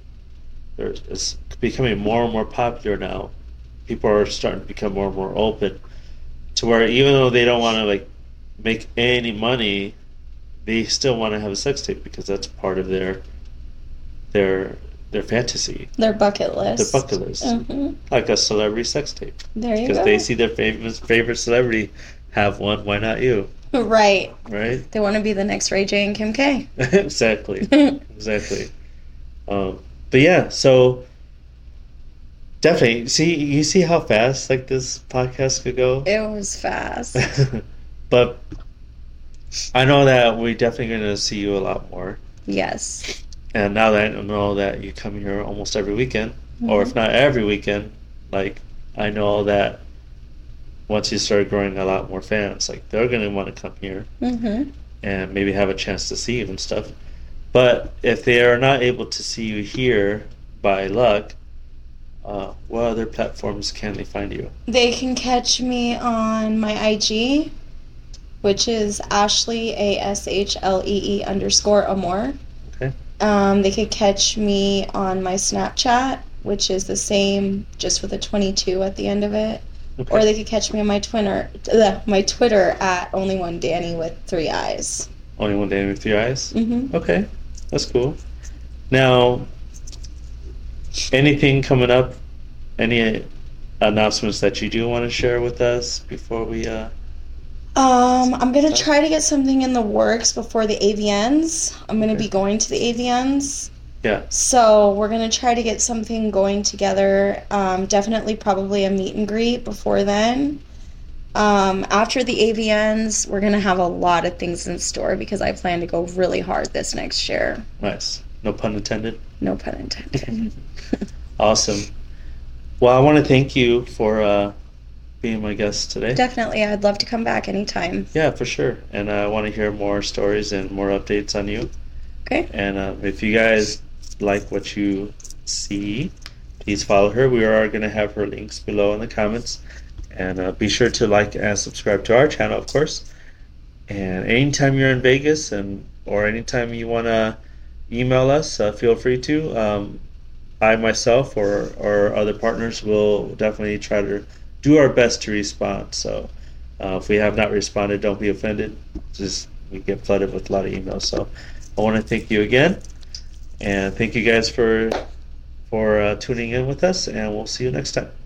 [SPEAKER 1] there's it's becoming more and more popular now people are starting to become more and more open to where even though they don't want to like make any money they still want to have a sex tape because that's part of their their their fantasy
[SPEAKER 2] Their bucket list.
[SPEAKER 1] their bucket list
[SPEAKER 2] hmm
[SPEAKER 1] like a celebrity sex tape
[SPEAKER 2] There you
[SPEAKER 1] because
[SPEAKER 2] go.
[SPEAKER 1] they see their famous favorite celebrity have one. Why not you?
[SPEAKER 2] Right.
[SPEAKER 1] Right?
[SPEAKER 2] They want to be the next Ray J and Kim K.
[SPEAKER 1] exactly. Exactly. Um, but yeah, so definitely see you see how fast like this podcast could go.
[SPEAKER 2] it was fast.
[SPEAKER 1] but I know that we're definitely going to see you a lot more.
[SPEAKER 2] yes.
[SPEAKER 1] And now that I know that you come here almost every weekend, or if not every weekend, like I know that once you start growing a lot more fans, like they're gonna want to come here
[SPEAKER 2] hmm
[SPEAKER 1] and maybe have a chance to see you and stuff. But if they are not able to see you here by luck, uh, what other platforms can they find you?
[SPEAKER 2] They can catch me on my IG, which is Ashley A S H L E E underscore Amore.
[SPEAKER 1] Okay.
[SPEAKER 2] Um, they could catch me on my Snapchat, which is the same, just with a 22 at the end of it. Or they could catch me on my Twitter, ugh, my Twitter at only one Danny with three eyes.
[SPEAKER 1] Only one day with your eyes.
[SPEAKER 2] hmm
[SPEAKER 1] Okay, that's cool. Now, anything coming up? Any announcements that you do want to share with us before we? Uh,
[SPEAKER 2] Um, I'm gonna try to get something in the works before the AVNs. I'm gonna
[SPEAKER 1] Okay.
[SPEAKER 2] be going to the AVNs.
[SPEAKER 1] Yeah.
[SPEAKER 2] So we're gonna try to get something going together. Um, definitely, probably a meet and greet before then. Um, after the AVNs, we're gonna have a lot of things in store because I plan to go really hard this next year.
[SPEAKER 1] nice. No pun intended.
[SPEAKER 2] No pun intended.
[SPEAKER 1] Awesome. Well, I want to thank you for uh, being my guest today.
[SPEAKER 2] definitely, I'd love to come back anytime.
[SPEAKER 1] Yeah, for sure. And I want to hear more stories and more updates on you.
[SPEAKER 2] Okay.
[SPEAKER 1] And uh, if you guys like what you see, please follow her. We are going to have her links below in the comments. And uh, be sure to like and subscribe to our channel, of course. And anytime you're in Vegas and or anytime you want to email us, uh, feel free to. Um, I myself or, or other partners will definitely try to do our best to respond. So uh, if we have not responded, don't be offended. Just we get flooded with a lot of emails. So I want to thank you again, and thank you guys for for uh, tuning in with us. And we'll see you next time.